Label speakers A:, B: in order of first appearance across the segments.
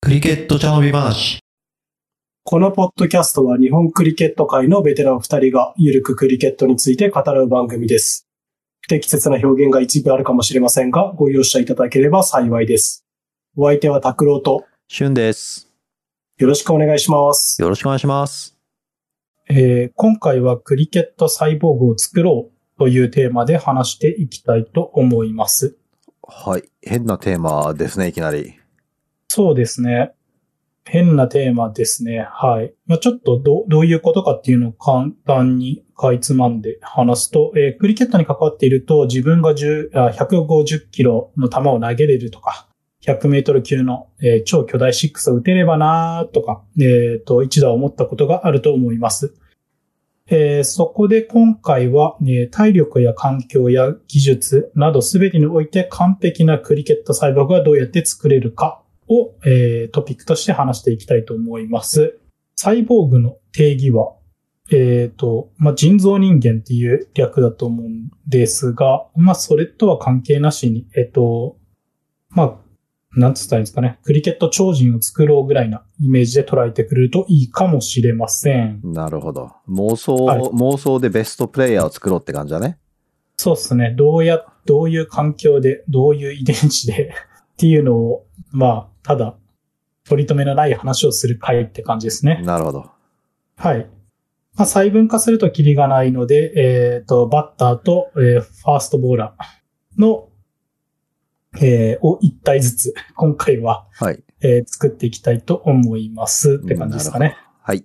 A: クリケット茶飲み話。
B: このポッドキャストは日本クリケット界のベテラン二人がゆるくクリケットについて語らう番組です。不適切な表現が一部あるかもしれませんが、ご容赦いただければ幸いです。お相手は拓郎と
A: しゅんです。
B: よろしくお願いします。
A: よろしくお願いします。
B: えー今回はクリケットサイボーグを作ろうというテーマで話していきたいと思います。
A: はい。変なテーマですね、いきなり。
B: そうですね。変なテーマですね。はい。まあ、ちょっとどどういうことかっていうのを簡単にかいつまんで話すと、えークリケットに関わっていると自分が10あ150キロの球を投げれるとか、100メートル級の、えー超巨大シックスを打てればなーとか、えっ、と、一度は思ったことがあると思います。えーそこで今回は、えー体力や環境や技術など全てにおいて完璧なクリケットサイボーグがどうやって作れるかを、えートピックとして話していきたいと思います。サイボーグの定義は、えっ、と、まあ、人造人間っていう略だと思うんですが、まあ、それとは関係なしに、えっ、と、まあ、なんつったらいいんですかね、クリケット超人を作ろうぐらいなイメージで捉えてくれるといいかもしれません。
A: なるほど。妄想、
B: はい
A: 妄想でベストプレイヤーを作ろうって感じだね。
B: そうですね。どうや、どういう環境で、どういう遺伝子で っていうのを、まあ、ただ、取り留めのない話をする会って感じですね。
A: なるほど。
B: はい。まあ、細分化するとキリがないので、えっ、と、バッターと、えーファーストボーラーの、えーを1体ずつ、今回は、
A: はい。
B: えー作っていきたいと思いますって感じですかね。
A: はい。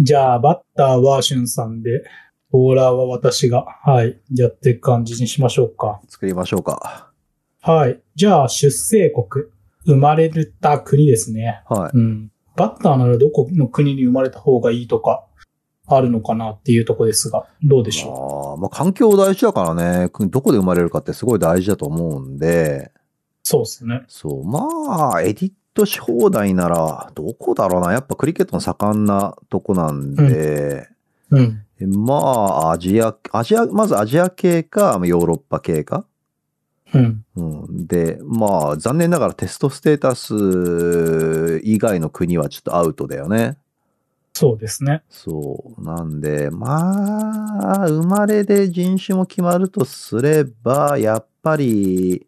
B: じゃあ、バッターはしゅんさんで、ボーラーは私が、はい、やっていく感じにしましょうか。
A: 作りましょうか。
B: はい。じゃあ、出生国。生まれた国ですね。
A: は
B: うん。バッターならどこの国に生まれた方がいいとか、あるのかなっていうとこですが、どうで
A: い。
B: し
A: ま
B: ょ
A: あ、まあ、環境大事だからね、どこで生まれるかってすごい大事だと思うんで、
B: うそうですね。
A: そう、まあ、エディットし放題なら、どこだろうな。やっぱクリケットの盛んなとこなんで、
B: うん。
A: まあ、アジア、アジア、まずアジア系か、ヨーロッパ系か。
B: うん。
A: うん、で、まあ、残念ながらテストステータス以外の国はちょっとアウトだよね。
B: そうですね。
A: そう。なんで、まあ、生まれで人種も決まるとすれば、やっぱり、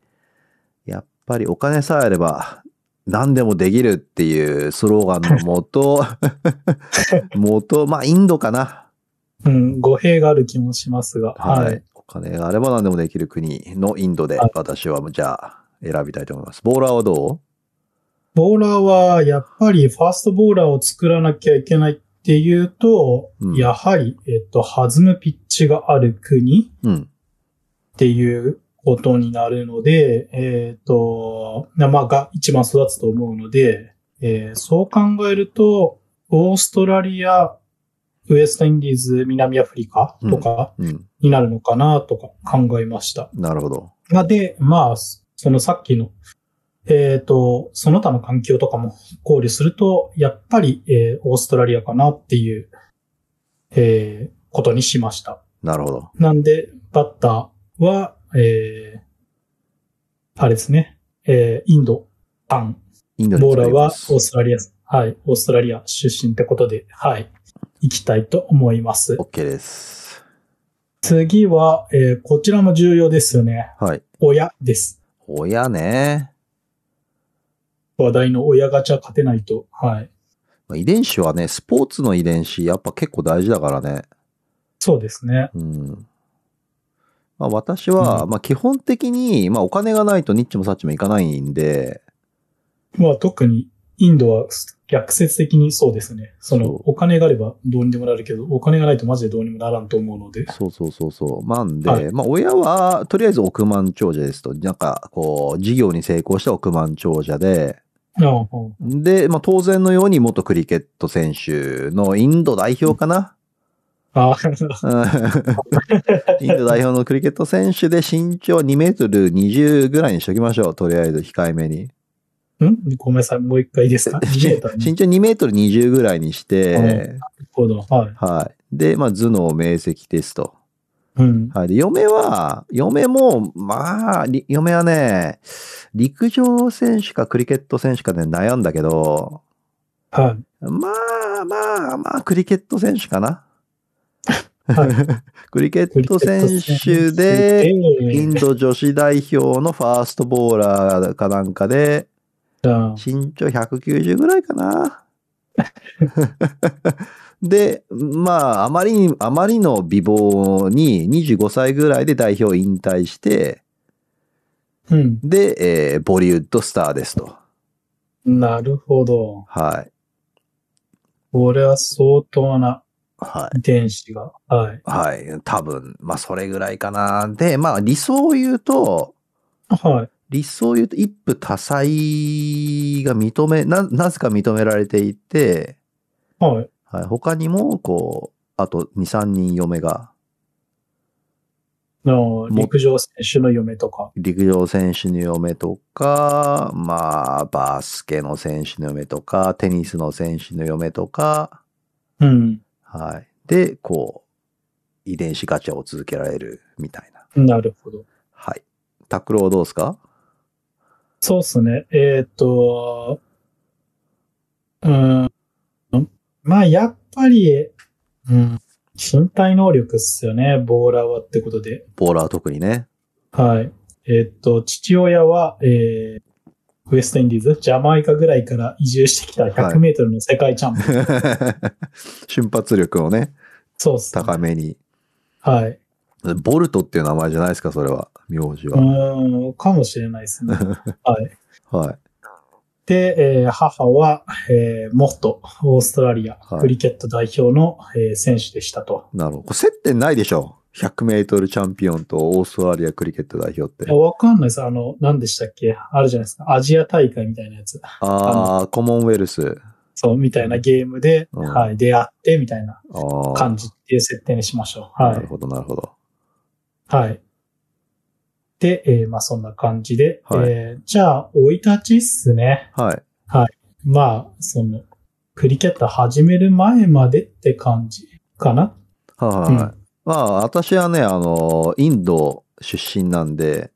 A: やっぱりお金さえあれば、何でもできるっていうスローガンのもと、 もと、まあ、インドかな。
B: うん。語弊がある気もしますが、
A: は
B: はいい。。
A: お金があれば何でもできる国のインドで
B: はい、
A: 私は、じゃあ、選びたいと思います。ボーラーはど
B: ボーラーは、やっぱり、ファーストボーラーを作らなきゃいけないっていうと、
A: うん
B: やはり、えっと、弾むピッチがある国。
A: ううん。
B: っていうことになるので、えっ、と、生が一番育つと思うので、えーそう考えると、オーストラリア、ウエストインディーズ、南アフリカとか
A: うん。
B: になるのかなとか考えました。
A: なるほど。
B: まあで、まあ、そそのさっきの、えっ、と、その他の環境とかも考慮すると、やっぱり、えーオーストラリアかなっていう、えーことにしました。
A: なるほど。
B: なんで、バッターは、えー、あれですね、えー、インド、タン、
A: インドに
B: ボー
A: 作
B: ラー
A: り
B: はオ
A: ま
B: ー
A: す。
B: ストラリア、はい、オーストラリア出身ってことで、はい、行きたいと思います。
A: OK です。
B: 次は、えー、こちらも重要ですよね。
A: はい。
B: 親です。
A: 親ね。
B: 話題の親ガチャ勝てないと、はい。
A: まあ遺伝子はね、スポーツの遺伝子、やっぱ結構大事だからね。
B: そうですね。
A: うん。まあ私は、
B: う
A: まあ基本的に、まあお金がないとニッチもサッチもいかないんで、
B: まあ特に、インドは逆説的にそうですね。その、
A: そう
B: お金があればどうにでもなるけど、お金がないとマジでどうにもならんと思うので。
A: そうそうそうそう。まあんで、
B: はい
A: まあ親は、とりあえず億万長者ですと。なんか、こう、事業に成功した億万長者で、
B: ああうん
A: で、まあ当然のように元クリケット選手のインド代表かな、
B: ああ、
A: うんインド代表のクリケット選手で身長2メートル20ぐらいにしときましょう。とりあえず控えめに。
B: んごめんなさい、もう一回いいですか ?2 メーターね
A: 身長2メートル20ぐらいにして、
B: なるほど。はい。
A: はい。で、まあ頭脳明晰ですと。
B: うん。
A: はい。で嫁は、嫁も、まあ、り嫁はね、陸上選手かクリケット選手かで悩んだけど、
B: は
A: まあまあまあ、クリケット選手かな。
B: は
A: クリケ
B: い。
A: ット選手で、インド女子代表のファーストボーラーかなんかで、
B: じゃあ
A: 身長190ぐらいかな。 で、まあ、あまりに、あまりの美貌に25歳ぐらいで代表引退して、
B: うん。
A: で、えーボリウッドスターですと。
B: なるほど。
A: はい。
B: これは相当な
A: はい。
B: 遺伝子が。はい。
A: はい。多分、まあ、それぐらいかな。で、まあ、理想を言うと、
B: はい。
A: 理想を言うと一夫多妻が認め、な、なぜか認められていて、
B: はい。
A: はい、他にも、こう、あと2、3人嫁が、
B: の陸上選手の嫁とか。
A: 陸上選手の嫁とか、まあ、バスケの選手の嫁とか、テニスの選手の嫁とか、
B: うん。
A: はい。で、こう、遺伝子ガチャを続けられるみたいな。
B: なるほど。
A: はい。タクロはどうですか
B: そうっすね。えーっ、と、うーん。まあ、やっぱり、うん。身体能力っすよね。ボーラーはってことで。
A: ボーラーは特にね。
B: はい。えーっ、と、父親は、えーウエストインディーズ、ジャマイカぐらいから移住してきた100メートルの世界チャンピオン。
A: 瞬発力をね、
B: そうっすね。
A: 高めに。
B: はい。
A: ボルトっていう名前じゃないですか、それは。名字
B: う
A: は。
B: ーん、かもしれないですね。はい。
A: はい。
B: で、えー母は、えー元オーストラリア
A: はい
B: クリケット代表の、えー選手でしたと。
A: なるほど。これ接点ないでしょ。100メートルチャンピオンとオーストラリアクリケット代表って
B: いや。わかんないです。あの、何でしたっけあるじゃないですか。アジア大会みたいなやつ。
A: ああ、コモンウェルス。
B: そう、みたいなゲームで、
A: うん
B: はい、出会って、みたいな
A: ああ。
B: 感じっていう設定にしましょう。は
A: なる
B: い。
A: ほど、なるほど。
B: はい。で、えーまあそんな感じで。
A: はい
B: えーじゃあ、生い立ちっすね。
A: はい。
B: まあ、その、クリケット始める前までって感じかな。
A: はい、
B: うん
A: まあ、私はね、あの、インド出身なんで、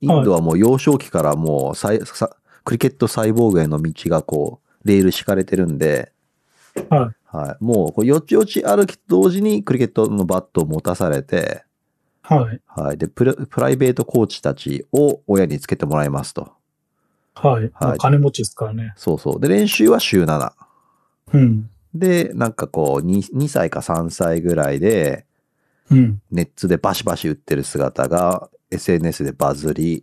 A: インドはもう幼少期からもうさいさクリケットサイボーグへの道がこう、レール敷かれてるんで、。
B: はい
A: はい。もう、こうよちよち歩きと同時にクリケットのバットを持たされて、
B: はい。
A: はい。で、プラプライベートコーチたちを親につけてもらいますと。
B: はい。まあ
A: はい
B: 金持ちですからね。
A: そうそう。で、練習は週7。
B: うん。
A: で、なんかこう2、2歳か3歳ぐらいで、
B: うん。
A: ネットでバシバシ打ってる姿が SNS でバズり、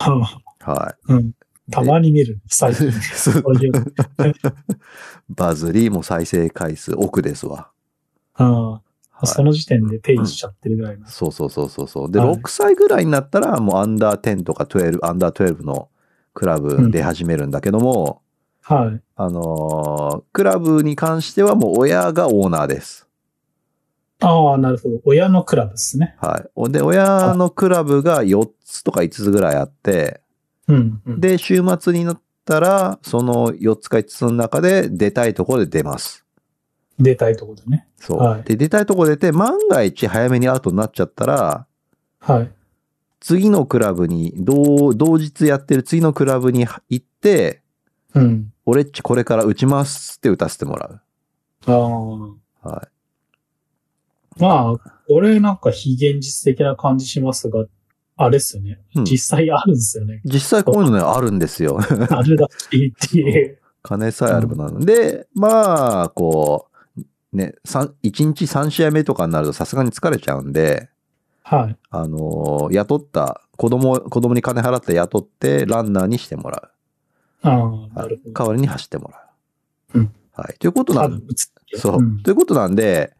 B: は
A: は
B: うん。
A: い。
B: たまに見る。最近。
A: でそう
B: そういう。
A: バズり、もう再生回数億ですわ。
B: あ
A: は
B: あ。
A: い
B: その時点でペイしちゃってるぐらいの。
A: そうそうそうそうそう。で、
B: はい
A: 6歳ぐらいになったら、もうアンダー10とか12、アンダー12のクラブ出始めるんだけども、
B: はい。
A: あのークラブに関してはもう親がオーナーです。
B: ああ、なるほど。親のクラブですね。
A: はい。で、親のクラブが4つとか5つぐらいあって、
B: うん。うん、
A: で、週末になったら、その4つか5つの中で出たいところで出ます。
B: 出たいところでね。
A: そう。
B: はい
A: で、出たいとこ出て、万が一早めにアウトになっちゃったら、
B: はい。
A: 次のクラブに、同、同日やってる次のクラブに行って、
B: うん。
A: 俺っちこれから打ちますって打たせてもら
B: ああ。
A: う。は
B: まあ、これなんか非現実的な感じしますが、あれっすよね。
A: い。うん、。
B: 実際あるんですよね
A: 実際こういうのね、あるんですよ。
B: あるらしいっていう。
A: 金さえあればなので、まあ、こう、ね、三1日3試合目とかになるとさすがに疲れちゃうんで、
B: はい。
A: あのー雇った、子供、子供に金払って雇って、ランナーにしてもら
B: あ
A: う。
B: あ、
A: は
B: ないるほど。
A: 代わりに走ってもらう。
B: うん
A: はい。ということなん
B: 打つってい
A: そう、
B: ん
A: ということなんで、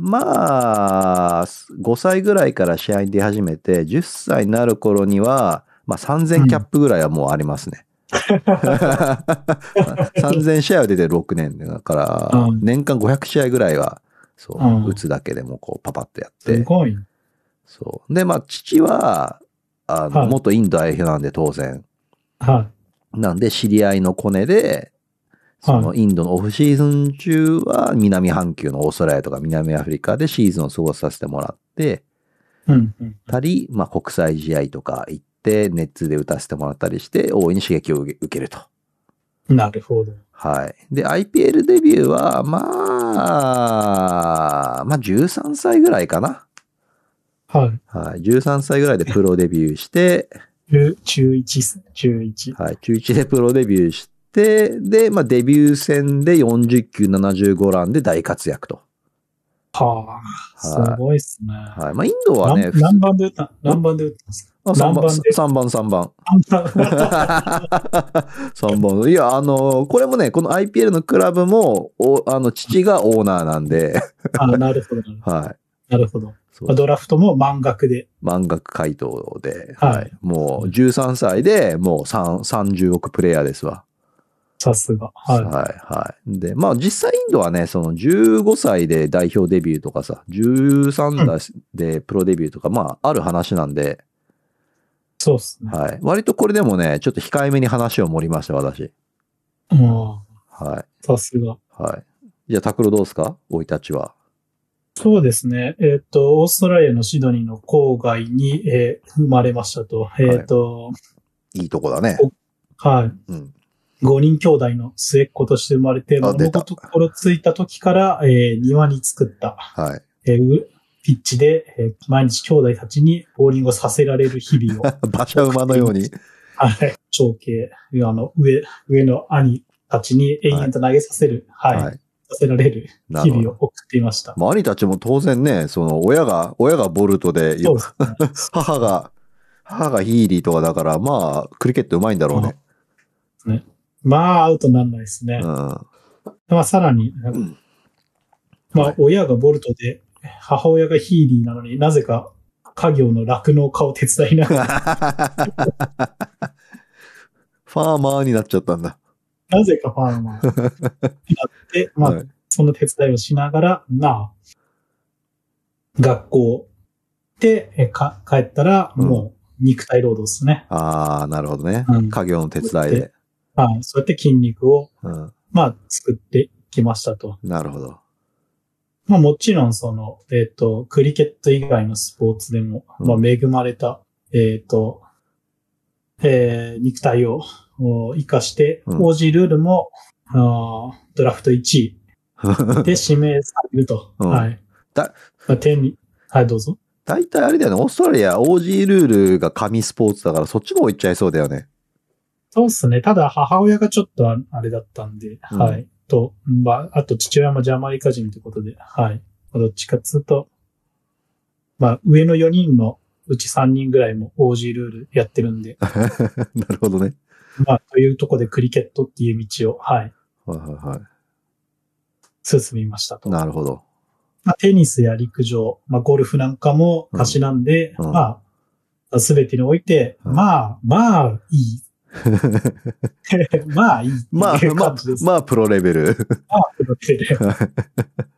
A: まあ、5歳ぐらいから試合に出始めて、10歳になる頃には、まあ3000キャップぐらいはもうありますね。3000試合は 出て6年だから
B: う、ん
A: 年間500試合ぐらいは、そう、
B: うん
A: 打つだけでもこうパパッとやっ
B: す
A: て。
B: ごい。
A: そう。で、まあ父は、あの、
B: はい
A: 元インド代表なんで当然。
B: は
A: なんで知り合いのコネで、その
B: は
A: インドのオフシーズン中は南半球のオーストラリアとか南アフリカでシーズンを過ごさせてもらっって、
B: うん。うん。
A: たり、まあ、国際試合とか行って、ネッツで打たせてもらったりして、大いに刺激を受け受けると。
B: なるほど。
A: はい。で、IPL デビューは、まあ、まあ、13歳ぐらいかな。
B: はい。
A: はい。13歳ぐらいでプロデビューして、
B: 中中1っすね。中1。
A: はい。中1でプロデビューして、で、まあ、デビュー戦で40球75ランで大活躍と。
B: はあ、す
A: はい
B: ごいっすね。
A: はい。まあ、インドはね、
B: 何何番で打った何番で打ったん です
A: あ3番、
B: 何
A: 3番、3番。
B: か
A: 3番。いや、あの、これもね、この IPL のクラブも、おあの、父がオーナーなんで、
B: あ、なるほど。
A: はい。
B: なるほど。
A: そう
B: ドラフトも満額で。
A: 満額回答で、
B: はい
A: はい。もう、13歳で、もう3、30億プレイヤーですわ。
B: さすが。
A: はい、
B: は
A: はい。で、まあ実際インドはね、その15歳で代表デビューとかさ、13歳でプロデビューとか、まあある話なんで、
B: い。そうっすね。
A: はい。割とこれでもね、ちょっと控えめに話を盛りました、私。
B: うん。
A: は
B: さすが。
A: い。はい。じゃあ、拓郎どうですか生い立ちは。
B: そうですね。えっ、と、オーストラリアのシドニーの郊外に、えー生まれましたと。えっ、と、
A: いいとこだね。
B: はい。
A: うん。
B: 5人兄弟の末っ子として生まれて、
A: あ出
B: 物
A: た
B: 心ついた時から、えー庭に作った、
A: はい。
B: えーうピッチで、えー毎日兄弟たちにボーリングをさせられる日々を、
A: 馬車馬のように。
B: はい。長兄、あの、上、上の兄たちに延々と投げさせる、はい。
A: はい。
B: させられる
A: な
B: 日
A: るほ
B: 々を
A: ど。
B: 送っていました。
A: まあ兄たちも当然ね、その、親が、親がボルトで、
B: そうですね。
A: 母が、母がヒーリーとかだから、まあ、クリケットうまいんだろうね。
B: まあ、アウトなんないですね。
A: うん。
B: まあ、さらに、
A: ん
B: ま
A: は
B: あ
A: い、
B: 親がボルトで、母親がヒーリーなのになぜか家業の酪農家を手伝 いながら、
A: ファーマーになっちゃったんだ。
B: なぜかファーマーになって、まあ、
A: はい、
B: その手伝いをしながら、なあ、学校でえか帰ったら、
A: うん
B: もう肉体労働ですね。
A: ああ、なるほどね
B: うん。
A: 家業の手伝いで。
B: はい。そうやって筋肉を、
A: うん。
B: まあ、作ってきましたと。
A: なるほど。
B: まあもちろんその、えっ、と、クリケット以外のスポーツでも、
A: うん
B: まあ恵まれた、えっ、と、えー肉体をお活かして、
A: うん
B: OG ルールも、あードラフト1位で指名されると。
A: うん
B: はい。
A: だ
B: まあ、手に、はい、どうぞ。
A: 大体あれだよね。オーストラリア OG ルールが紙スポーツだから、そっちの方行っちゃいそうだよね。
B: そうっすね。ただ母親がちょっとああれだったんで、
A: うん
B: はい。と、まあ、あと父親もジャマイカ人ということで、はい。まあどっちかっつうと、まあ、上の4人のうち3人ぐらいも OG ルールやってるんで、
A: なるほどね。
B: まあ、というとこでクリケットっていう道を、はい、
A: はいはいは
B: 進みました
A: い。
B: と。
A: なるほど。
B: まあ、テニスや陸上、まあ、ゴルフなんかもたしなんで、
A: うんうん
B: まあ、すべてにおいて、
A: うん
B: まあ、まあ、い い。 まあ、いい。
A: まあ
B: っていう
A: まあ
B: 感じです。、ま
A: まあ、プロレベル。
B: あ、プロレベル。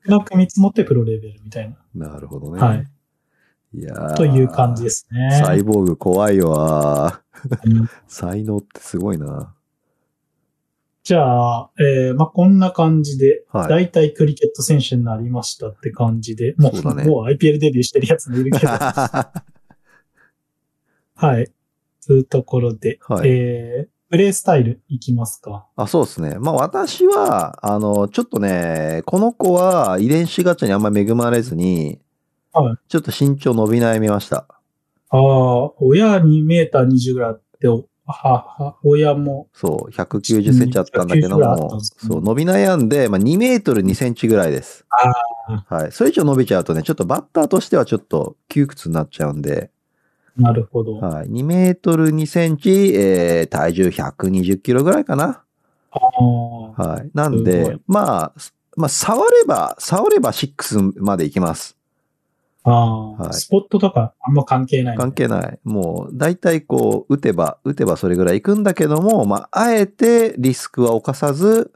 B: なんか見積もってプロレベルみたいな。
A: なるほどね。
B: はい。
A: いやー
B: という感じですね。
A: サイボーグ怖いわ。
B: うん
A: 才能ってすごいな。
B: じゃあ、えー、まあ、こんな感じで、
A: はい。
B: 大体クリケット選手になりましたって感じで、もう、
A: そうだね
B: もう IPL デビューしてるやつもいる けど、
A: は
B: はい。というところで、
A: い。
B: えー、プレイスタイルいきますか。
A: あ、そうですね。まあ私は、あの、ちょっとね、この子は遺伝子ガチャにあんま恵まれずに、
B: はい
A: ちょっと身長伸び悩みました。
B: ああ、親2メーター20ぐらいあって、おは、は、親も、
A: そう、190センチあったんだけど
B: 190ぐらいあったん
A: も、
B: ですね
A: そう、伸び悩んで、まあ、2メートル2センチぐらいです。
B: あ
A: はい。それ以上伸びちゃうとね、ちょっとバッターとしてはちょっと窮屈になっちゃうんで、
B: なるほど。あ
A: はい。2メートル2センチ、えー、体重120キロぐらいかな。
B: あ、
A: はい。なん
B: すご
A: で
B: い、
A: まあ、まあ、触れば、触れば6までいきます。
B: あ
A: は
B: あ、
A: い
B: スポットとかあんま関係ない。
A: 関係ない。もう、大体こう、打てば、打てばそれぐらい行くんだけども、まあ、あえてリスクは犯さず、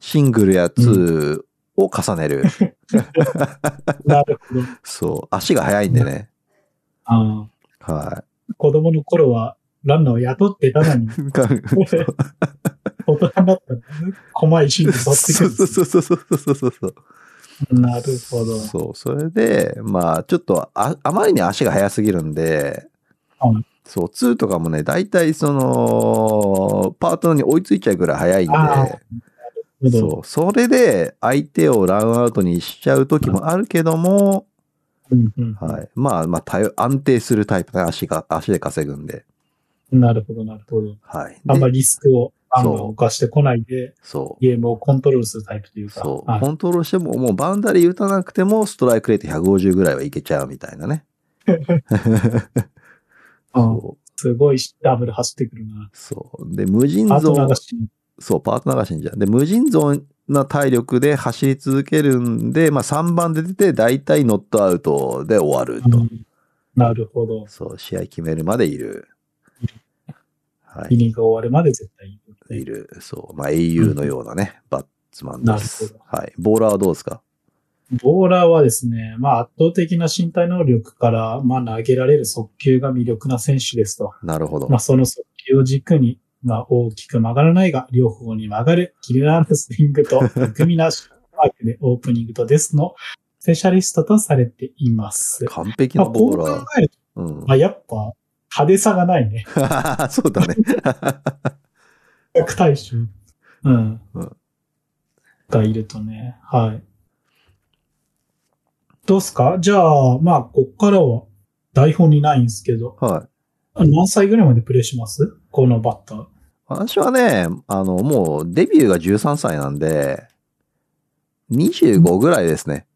A: シングルやツーを重ねる。
B: なるほど。
A: そう。足が速いんでね。
B: あ
A: は
B: あ、子供の頃は、ランナーを雇ってた のに、
A: い。が
B: 大人になったら、細いシーンで
A: そ
B: 取
A: う
B: ってくるん
A: そう
B: です
A: そうそうそうそうそうそう。
B: なるほど。
A: そう、それで、まあ、ちょっとあ、あまりに足が速すぎるんで、
B: うん
A: そう、2とかもね、大体その、パートナーに追いついちゃうぐらい速いん
B: あ
A: で、そう、それで相手をランアウトにしちゃう時もあるけども、
B: うんうん
A: はい。まあ、まあ、頼安定するタイプね、足が、足で稼ぐんで、
B: なるほど、なるほど。
A: はい。
B: あんま
A: で
B: りリスクを、あんま
A: そう
B: 犯してこないで、
A: そう。
B: ゲームをコントロールするタイプというか。
A: そう、
B: はい
A: コントロールしても、もうバウンダリー打たなくても、ストライクレート150ぐらいはいけちゃうみたいな ね。
B: うん
A: そ
B: すごいダブル走ってくるな
A: う。。そう。で、無尽
B: あと
A: 蔵
B: なんか、し
A: そう、パートナーが死んじゃう。で、無尽蔵な体力で走り続けるんで、まあ3番で出て、大体ノットアウトで終わると。
B: うんなるほど。
A: そう、試合決めるまでいる。は
B: イ
A: い。
B: ニングが終わるまで絶対いる。
A: いる。そう。まあ、英雄のようなね、バッツマンです
B: なる。
A: はい。ボーラーはどうですか
B: ボーラーはですね、まあ圧倒的な身体能力から、まあ投げられる速球が魅力な選手ですと。
A: なるほど
B: まあ。その速球を軸に、まあ大きく曲がらないが、両方に曲がる、キレのあるスイン グと、巧みなシュートマークでオープニングとですの、スペシャリストとされています。
A: 完璧
B: まあ
A: な
B: こ
A: ボ
B: う
A: ー
B: 考
A: ラー。
B: えると、
A: うん。
B: まあやっぱ派手さがないね。
A: そうだね。
B: 百対手。うん。
A: うん
B: がいるとね。はい。どうっすかじゃあ、まあ、こっからは台本にないんですけど、
A: はい。
B: 何歳ぐらいまでプレイしますこのバッター。
A: 私はね、あの、もうデビューが13歳なんで、25ぐらいですね。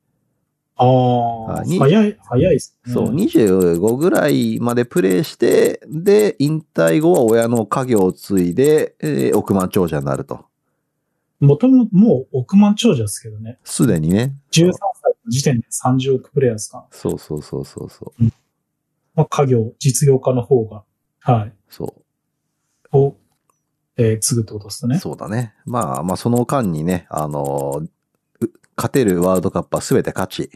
B: あ
A: あ
B: あ、
A: に
B: 早い、早いっすね。
A: そう、25ぐらいまでプレイして、で、引退後は親の家業を継いで、えー億万長者になると。
B: もともともう億万長者ですけどね。
A: すでにね。
B: 13歳の時点で30億プレイヤーですか。
A: そうそうそうそうそう。
B: まあ、家業、実業家の方が、はい、
A: そ
B: を、えー継ぐってことです
A: う。
B: ね。
A: そうだね。まあまあ、その間にね、あのーう勝てるワールドカップは全て勝ち。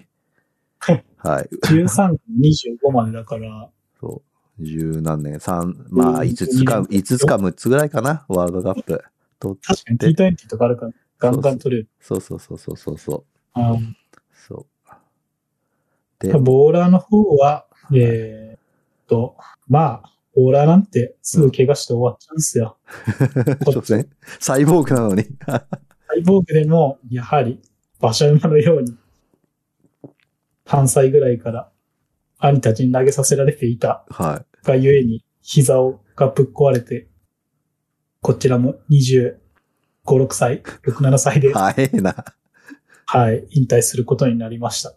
A: はい。
B: 13から25までだから、
A: そう。十何年、三、まあ、
B: うん
A: 五つか
B: う、ん
A: 五つか六つぐらいかな、ワールドカップ。と
B: 確かに T20 とかあるから、ガンガン取れる。
A: そうそうそうそうそうそう。
B: うん
A: そう。で、
B: ボーラーの方は、えーっと、まあ、ボーラーなんてすぐ怪我して終わっちゃうんですよ。
A: 所詮、サイボーグなのに。
B: サイボーグでも、やはり、馬車馬のように、3歳ぐらいから兄たちに投げさせられていた
A: は
B: がゆえに、膝をがぶっ壊れて、こちらも25、6歳、6、7歳
A: い。
B: で、
A: 早えな。
B: はい、引退することになりました。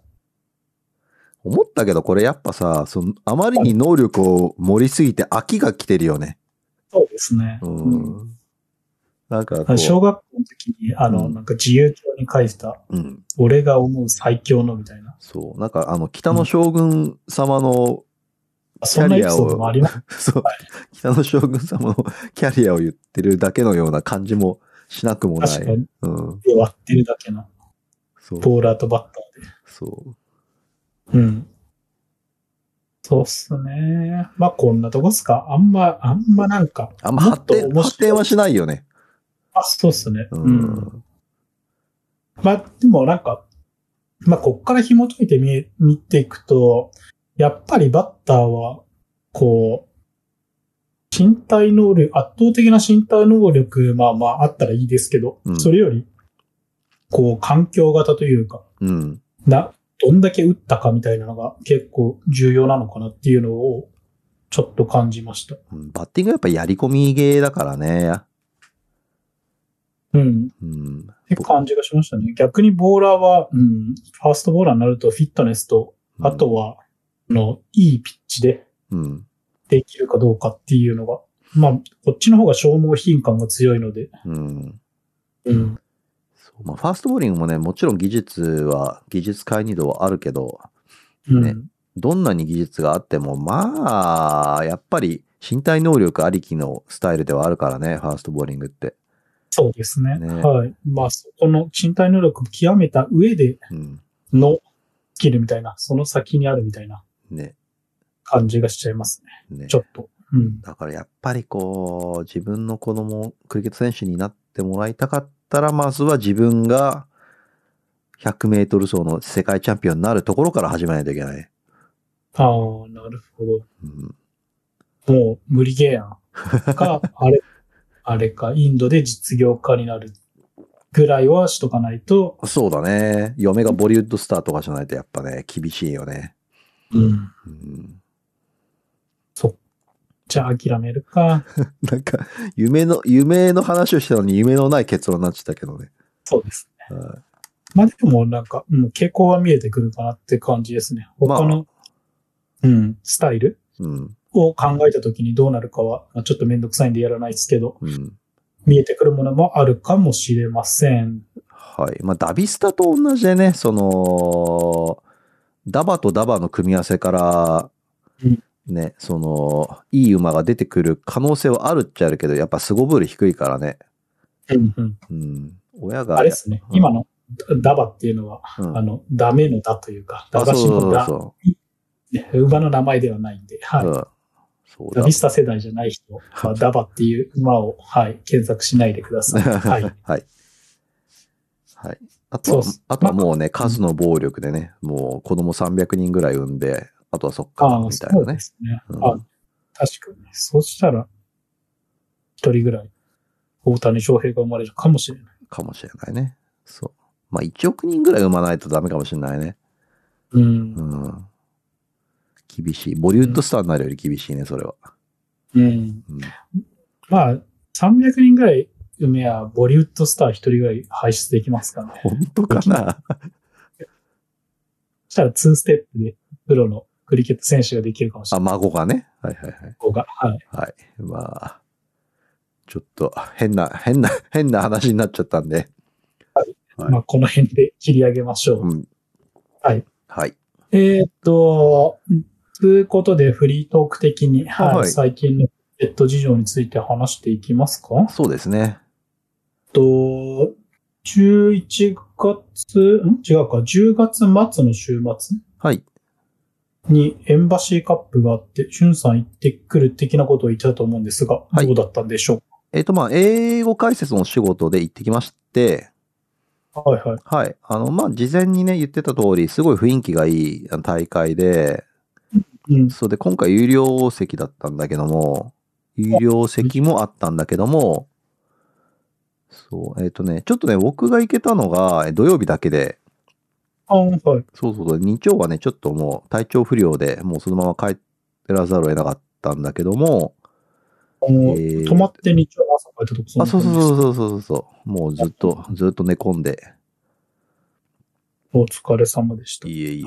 A: 思ったけど、これやっぱさ、その、あまりに能力を盛りすぎて飽きが来てるよね。
B: そうですね。
A: う
B: うん
A: ん。なんかこ
B: あの小
A: う、
B: 学校の時に、あの、
A: うん
B: なんか自由帳に書いてた、
A: うん。
B: 俺が思う最強のみたいな。
A: そう。なんか、あの、北の将軍様の、
B: あそんなエピソードもあります。
A: そう、北の将軍様の キャリアを言ってるだけのような感じもしなくもな
B: 確か
A: い。
B: に。
A: うん。
B: で割ってるだけの、
A: そう。
B: ボーラーとバッタ
A: そう。
B: ーで。うん。そうっすね。まあ、こんなとこっすか。あんま、あんまなんか。
A: あんま
B: もっ
A: 発
B: と
A: 展、
B: 面
A: 発展
B: 白。
A: はいしないよね。
B: あ、そうっすね。
A: う。
B: うんん。まあ、でもなんか、まあ、こっから紐解いてみ、見ていくと、やっぱりバッターは、こう、身体能力、圧倒的な身体能力、まあまああったらいいですけど、
A: うん
B: それより、こう、環境型というか、
A: うん。
B: な、どんだけ打ったかみたいなのが結構重要なのかなっていうのを、ちょっと感じました。
A: うんバッティングはやっぱやり込みゲーだからね。
B: うん。
A: うん。
B: って感じがしましたね。逆にボーラーは、うん、ファーストボーラーになるとフィットネスとあとは、あの、いいピッチで
A: うん。
B: できるかどうかっていうのが、まあ、こっちの方が消耗品感が強いので、
A: うん。
B: うん。
A: そうまあ、ファーストボーリングもね、もちろん技術は、技術解任度はあるけど、
B: うん。
A: ねどんなに技術があっても、まあ、やっぱり身体能力ありきのスタイルではあるからね、ファーストボーリングって。
B: そうですね
A: ね
B: はい。まあ、そこの身体能力を極めた上で
A: うん。
B: のスキルみたいな、その先にあるみたいな
A: ね。
B: 感じがしちゃいますね。
A: ね。
B: ちょっと。うん。
A: だからやっぱりこう、自分の子供、クリケット選手になってもらいたかったら、まずは自分が100メートル走の世界チャンピオンになるところから始めないといけない。
B: ああ、なるほど。
A: うん、
B: もう無理ゲーやん。か、あれ、あれか、インドで実業家になるぐらいはしとかないと、
A: そうだね。嫁がボリウッドスターとかじゃないとやっぱね、厳しいよね。
B: うん。
A: うん、
B: じゃあ諦めるか。
A: なんか、夢の、夢の話をしたのに夢のない結論になっちゃったけどね。
B: そうですね。
A: は
B: まあでもなんか、うん、傾向は見えてくるかなって感じですね。他の、
A: ま
B: うん、スタイル
A: いうん、
B: を考えた時にどうなるかは、まあちょっとめんどくさいんでやらないですけど、
A: うん。
B: 見えてくるものもあるかもしれません。
A: はい。まあ、ダビスタと同じでね、その、ダバとダバの組み合わせから
B: うん、
A: ね、その、いい馬が出てくる可能性はあるっちゃあるけど、やっぱスゴブール低いからね。
B: うんうん、
A: うん。親が、
B: あれですね。
A: うん
B: 今のダバっていうのは、
A: うん
B: あの、ダメのダというか、駄
A: あそ
B: 菓
A: う
B: 子
A: そう
B: の
A: そう
B: ダ
A: そ
B: ね馬の名前ではないんで、は
A: う。
B: い。
A: うんそう
B: ダ
A: だ
B: ビ。スタ世代じゃない人は、ダバっていう馬を、はい、検索しないでください。はい。
A: はい。はい。あ
B: そ
A: と
B: うっす、
A: あとはもうね、数の暴力でね、もう子供300人ぐらい産んで、あとはそっから、
B: ああ、
A: み
B: そ
A: たいうなね
B: で。すね。
A: うん
B: あ確かに。そうしたら、一人ぐらい、大谷翔平が生まれるかもしれない。
A: かもしれないね。そう。まあ、1億人ぐらい産まないとダメかもしれないね。
B: う。
A: うんん。厳しい。ボリウッドスターになるより厳しいね、それは。
B: うん。
A: うん。
B: まあ、300人ぐらい埋めや、ボリウッドスター一人ぐらい輩出できますからね。
A: 本当かな
B: そしたら2ステップで、プロのクリケット選手ができるかもしれ
A: あ、
B: ない。
A: 孫がね。はいはいはい。
B: ここが。はい。
A: はい。まあ、ちょっと変な、変な、変な話になっちゃったんで。はい
B: まあ、この辺で切り上げましょ
A: う
B: う。
A: ん。
B: はい。
A: はい。
B: えーっと、ということで、フリートーク的に、はい、
A: はい
B: 最近のペット事情について話していきますか
A: そうですね。
B: と、11月、ん違うか、10月末の週末
A: はい。
B: にエンバシーカップがあって、しゅんさん行ってくる的なことを言ってたと思うんですが、
A: はい
B: どうだったんでしょう
A: えっ、と、まあ、英語解説の仕事で行ってきまして、
B: かはいはい。
A: はい。あの、まあ、事前にね、言ってた通り、すごい雰囲気がいいあの大会で、
B: うん。
A: そうで、今回有料席だったんだけども、有料席もあったんだけども、そう、えっ、とね、ちょっとね、僕が行けたのがえ土曜日だけで、
B: あはい。
A: そうそうそう、日曜はね、ちょっともう体調不良で、もうそのまま帰らざるを得なかったんだけども、
B: あの
A: えー
B: 泊まって日曜の朝帰ったとこ
A: あ、そうそう
B: う。
A: そうそうそうそうそう、もうずっと、ずっと寝込んで、
B: お疲れ様でした。
A: いえいえいえ。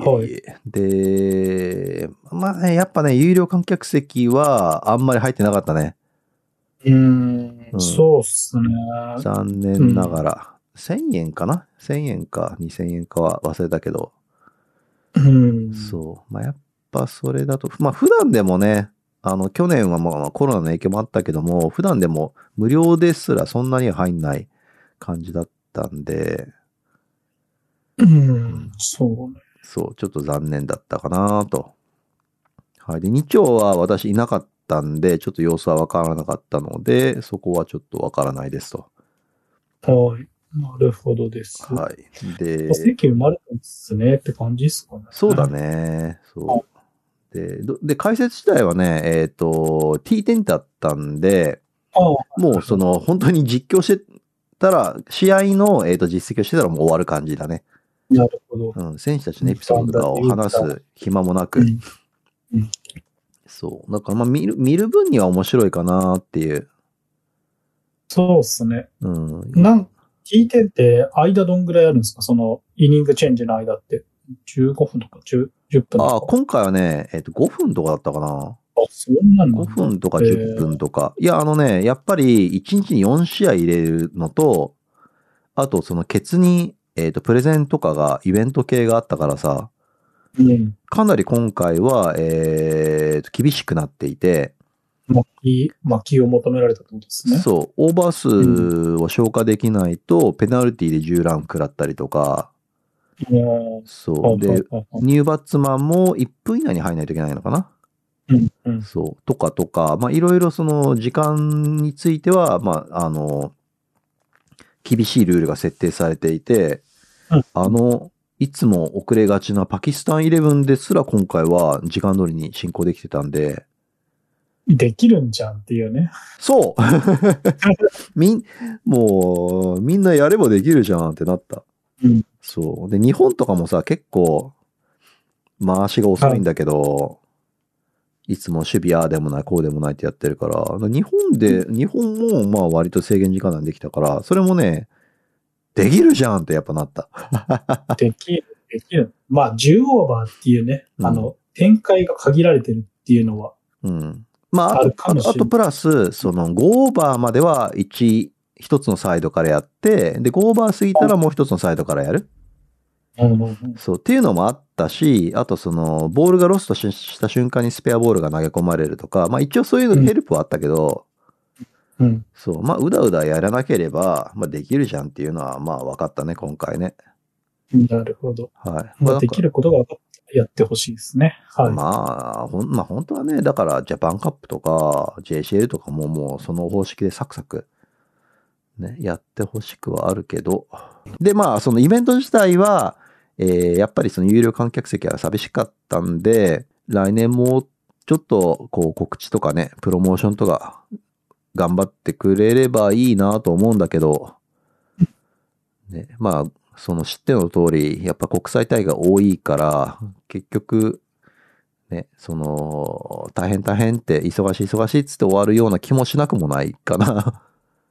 B: は
A: で、まあね、やっぱね、有料観客席はあんまり入ってなかったね。
B: うーん
A: う、ん
B: そうっすね。
A: 残念ながら、1000円かな ?1000 円か2000円かは忘れたけど、
B: うん。
A: そう。まあ、やっぱそれだと、まあ、普段でもね、あの、去年はまあコロナの影響もあったけども、普段でも無料ですらそんなには入んない感じだったんで、
B: うん、そうね。
A: そう、ちょっと残念だったかなと。はい。で、日曜は私いなかったんで、ちょっと様子はわからなかったので、そこはちょっとわからないですと。
B: はい。なるほどです。
A: はい。で、
B: 席埋まるんですねって感じですかね。
A: そうだ。ね。そう。で、どで解説自体はね、えっ、と、T10 だったんで、
B: ああ、
A: もうその、本当に実況してたら、試合の、えー、と実績をしてたらもう終わる感じだね。
B: なるほど。
A: うん、選手たちのエピソードとかを話す暇もなく。
B: うんうん
A: そう。だから、まあ見る、見る分には面白いかなっていう。
B: そうですね。
A: うん。
B: なん、聞いてて、間どんぐらいあるんですかその、イニングチェンジの間って。15分とか 10, 10分とか。
A: ああ、今回はね、えっ、と、5分とかだったかな。
B: あそんなんだ
A: 5分とか
B: えー
A: 10分とか。いや、あのね、やっぱり1日に4試合入れるのと、あとそのケツに、えっ、と、プレゼンとかが、イベント系があったからさ、
B: うん。
A: かなり今回は、えっ、と、厳しくなっていて、
B: 巻き、巻きを求められたってことですね。
A: そう、オーバー数を消化できないと、ペナルティで10ラン食らったりとか、
B: うん
A: そう。で、
B: ああああ
A: ニューバッツマンも1分以内に入らないといけないのかな
B: うんうん
A: そう、とかとか、まあ、いろいろその時間については、まあ、あの、厳しいルールが設定されていて、
B: うん
A: あの、いつも遅れがちなパキスタンイレブンですら今回は時間通りに進行できてたんで、
B: できるんじゃんっていう ね。
A: そうみん、もう、みんなやればできるじゃんってなった。
B: うん
A: そう。で、日本とかもさ、結構、回しが遅いんだけど、い、つも守備ああでもない、こうでもないってやってるから、日本で、日本もまあ割と制限時間なんできたから、それもね、できるじゃんってやっぱなった。
B: できる、できる。まあ、10オーバーっていうね、
A: うん
B: あの、展開が限られてるっていうのは、
A: うん。まあ、
B: あ
A: あ
B: る
A: と、
B: か
A: あ
B: も
A: と
B: しれない
A: あとプラス、その、5オーバーまでは1、一つのサイドからやって、で、5オーバー過ぎたらもう一つのサイドからやる。
B: うんうんうん
A: そう、っていうのもあったし、あとその、ボールがロストしした瞬間にスペアボールが投げ込まれるとか、まあ一応そういう
B: うん
A: ヘルプはあったけど、
B: うん。
A: そう、まあうだうだやらなければ、まあできるじゃんっていうのは、まあ分かったね、今回ね。
B: なるほど。
A: はい。ま
B: まあ、
A: あ、
B: できることが分かってやってほしいですね。はい。
A: まあ、ほん、まあ本当はね、だからジャパンカップとか JCL とかももうその方式でサクサク、ね、やってほしくはあるけど。で、まあそのイベント自体は、えーやっぱりその有料観客席は寂しかったんで、来年もちょっとこう告知とかね、プロモーションとか頑張ってくれればいいなと思うんだけど、ね、まあ、その知っての通り、やっぱ国際大会が多いから、結局、ね、その、大変大変って、忙しい忙しいっつって終わるような気もしなくもないかな。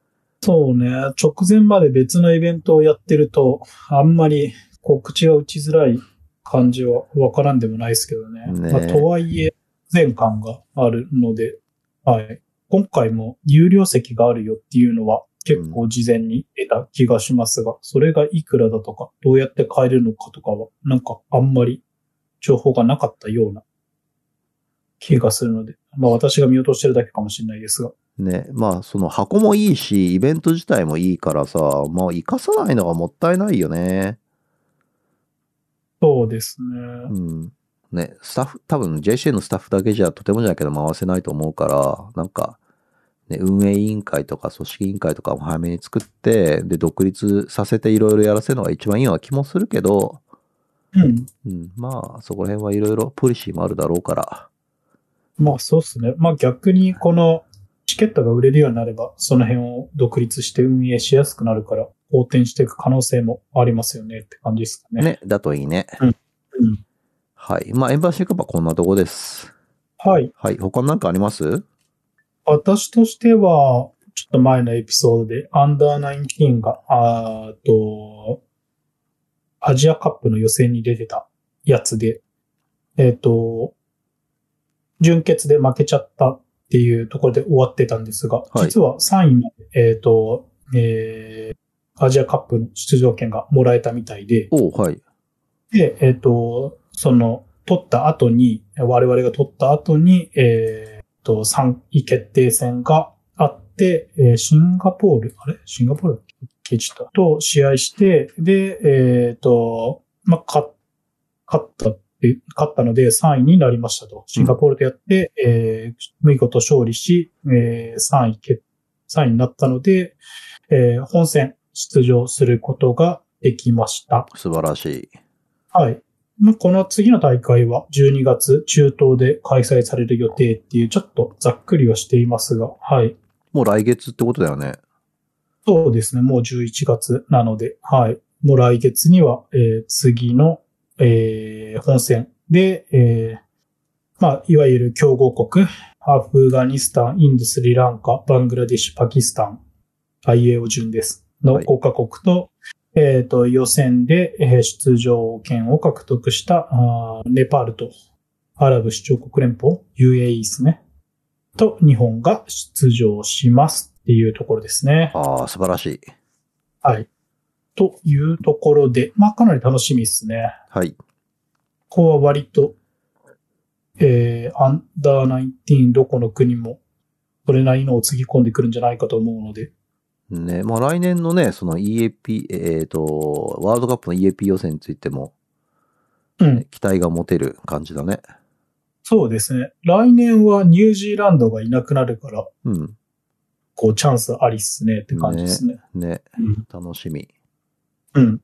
B: そうね。直前まで別のイベントをやってると、あんまり告知は打ちづらい感じはわからんでもないですけどね。
A: ね
B: まあ、とはいえ、全感があるので、はい。今回も有料席があるよっていうのは結構事前に得た気がしますが、それがいくらだとか、どうやって買えるのかとかは、なんかあんまり情報がなかったような気がするので、まあ私が見落としてるだけかもしれないですが、
A: ね、まあ、その箱もいいし、イベント自体もいいからさ、まあ、生かさないのがもったいないよね。
B: そうですね
A: う。ん。ね、スタッフ、多分 JCA のスタッフだけじゃとてもじゃないけど回せないと思うから、なんか、ね、運営委員会とか組織委員会とかも早めに作って、で、独立させていろいろやらせるのが一番いいような気もするけど、
B: うん。
A: うん、まあ、そこら辺はいろいろポリシーもあるだろうから、
B: まあそうですね。まあ逆にこのチケットが売れるようになれば、その辺を独立して運営しやすくなるから、好転していく可能性もありますよねって感じですかね。
A: ね、だといいね。
B: うん。
A: はい。まあ、エンバーシーカップはこんなとこです。
B: はい。
A: はい。他なんかあります
B: 私としては、ちょっと前のエピソードで、アンダー19が、あーっと、アジアカップの予選に出てたやつで、えっ、と、準決で負けちゃったっていうところで終わってたんですが、
A: はい
B: 実は3位まで、えっ、と、えーアジアカップの出場権がもらえたみたいで、
A: おうはい。
B: で、えっ、と、その、取った後に、我々が取った後に、えっ、と、3位決定戦があって、えーシンガポール、あれシンガポールだっけ消えちゃった。と試合して、で、えっ、と、まあ、勝っ勝ったって、勝ったので3位になりましたと。シンガポールとやって、えー、見事勝利し、えー、3位決、3位になったので、えー本戦出場することができました。
A: 素晴らしい。
B: はい。まあ、この次の大会は12月中東で開催される予定っていう、ちょっとざっくりはしていますが、はい。
A: もう来月ってことだよね。
B: そうですね、もう11月なので、はい。もう来月には、えー次の、えー本戦で、えーまあ、いわゆる強豪国、アフガニスタン、インド、スリランカ、バングラディッシュ、パキスタン、IAO 順です。の
A: はい
B: 5カ国と、えっ、と、予選でえー出場権を獲得した、あーネパールと、アラブ首長国連邦、UAE ですね。と、日本が出場しますっていうところですね。
A: ああ、素晴らしい。
B: はい。というところで、まあかなり楽しみですね。
A: はい。
B: ここは割と、えー、アンダー19どこの国も、それなりのをつぎ込んでくるんじゃないかと思うので、
A: ね、まあ来年のね、その EAP、えっ、と、ワールドカップの EAP 予選についても、
B: うん。
A: 期待が持てる感じだね。
B: そうですね。来年はニュージーランドがいなくなるから、
A: うん。
B: こうチャンスありっすねって感じですね。
A: ね、
B: うん
A: 楽しみ。
B: うん。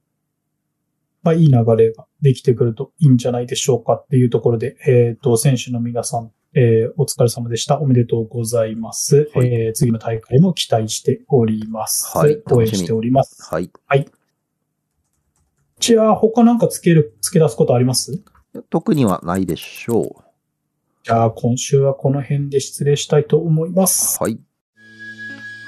B: まあ、いい流れができてくるといいんじゃないでしょうかっていうところで、えっ、と、選手の皆さん、えーお疲れ様でした。おめでとうございます。
A: はい
B: えー次の大会も期待しております。
A: はい楽しみ
B: 応援しております。
A: はい。
B: じゃあ、他なんかつける、付け出すことあります
A: 特にはないでしょ
B: じゃあ、今週はこの辺で失礼したいと思います。
A: う。はい。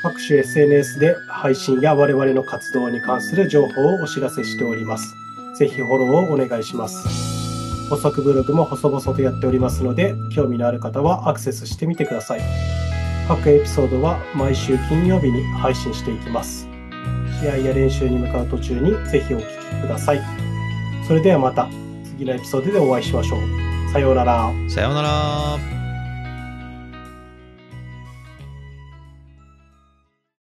C: 各種 SNS で配信や我々の活動に関する情報をお知らせしております。ぜひフォローをお願いします。補足ブログも細々とやっておりますので、興味のある方はアクセスしてみてください。各エピソードは毎週金曜日に配信していきます。試合や練習に向かう途中にぜひお聞きください。それではまた次のエピソードでお会いしましょう。さようなら。
D: さようなら。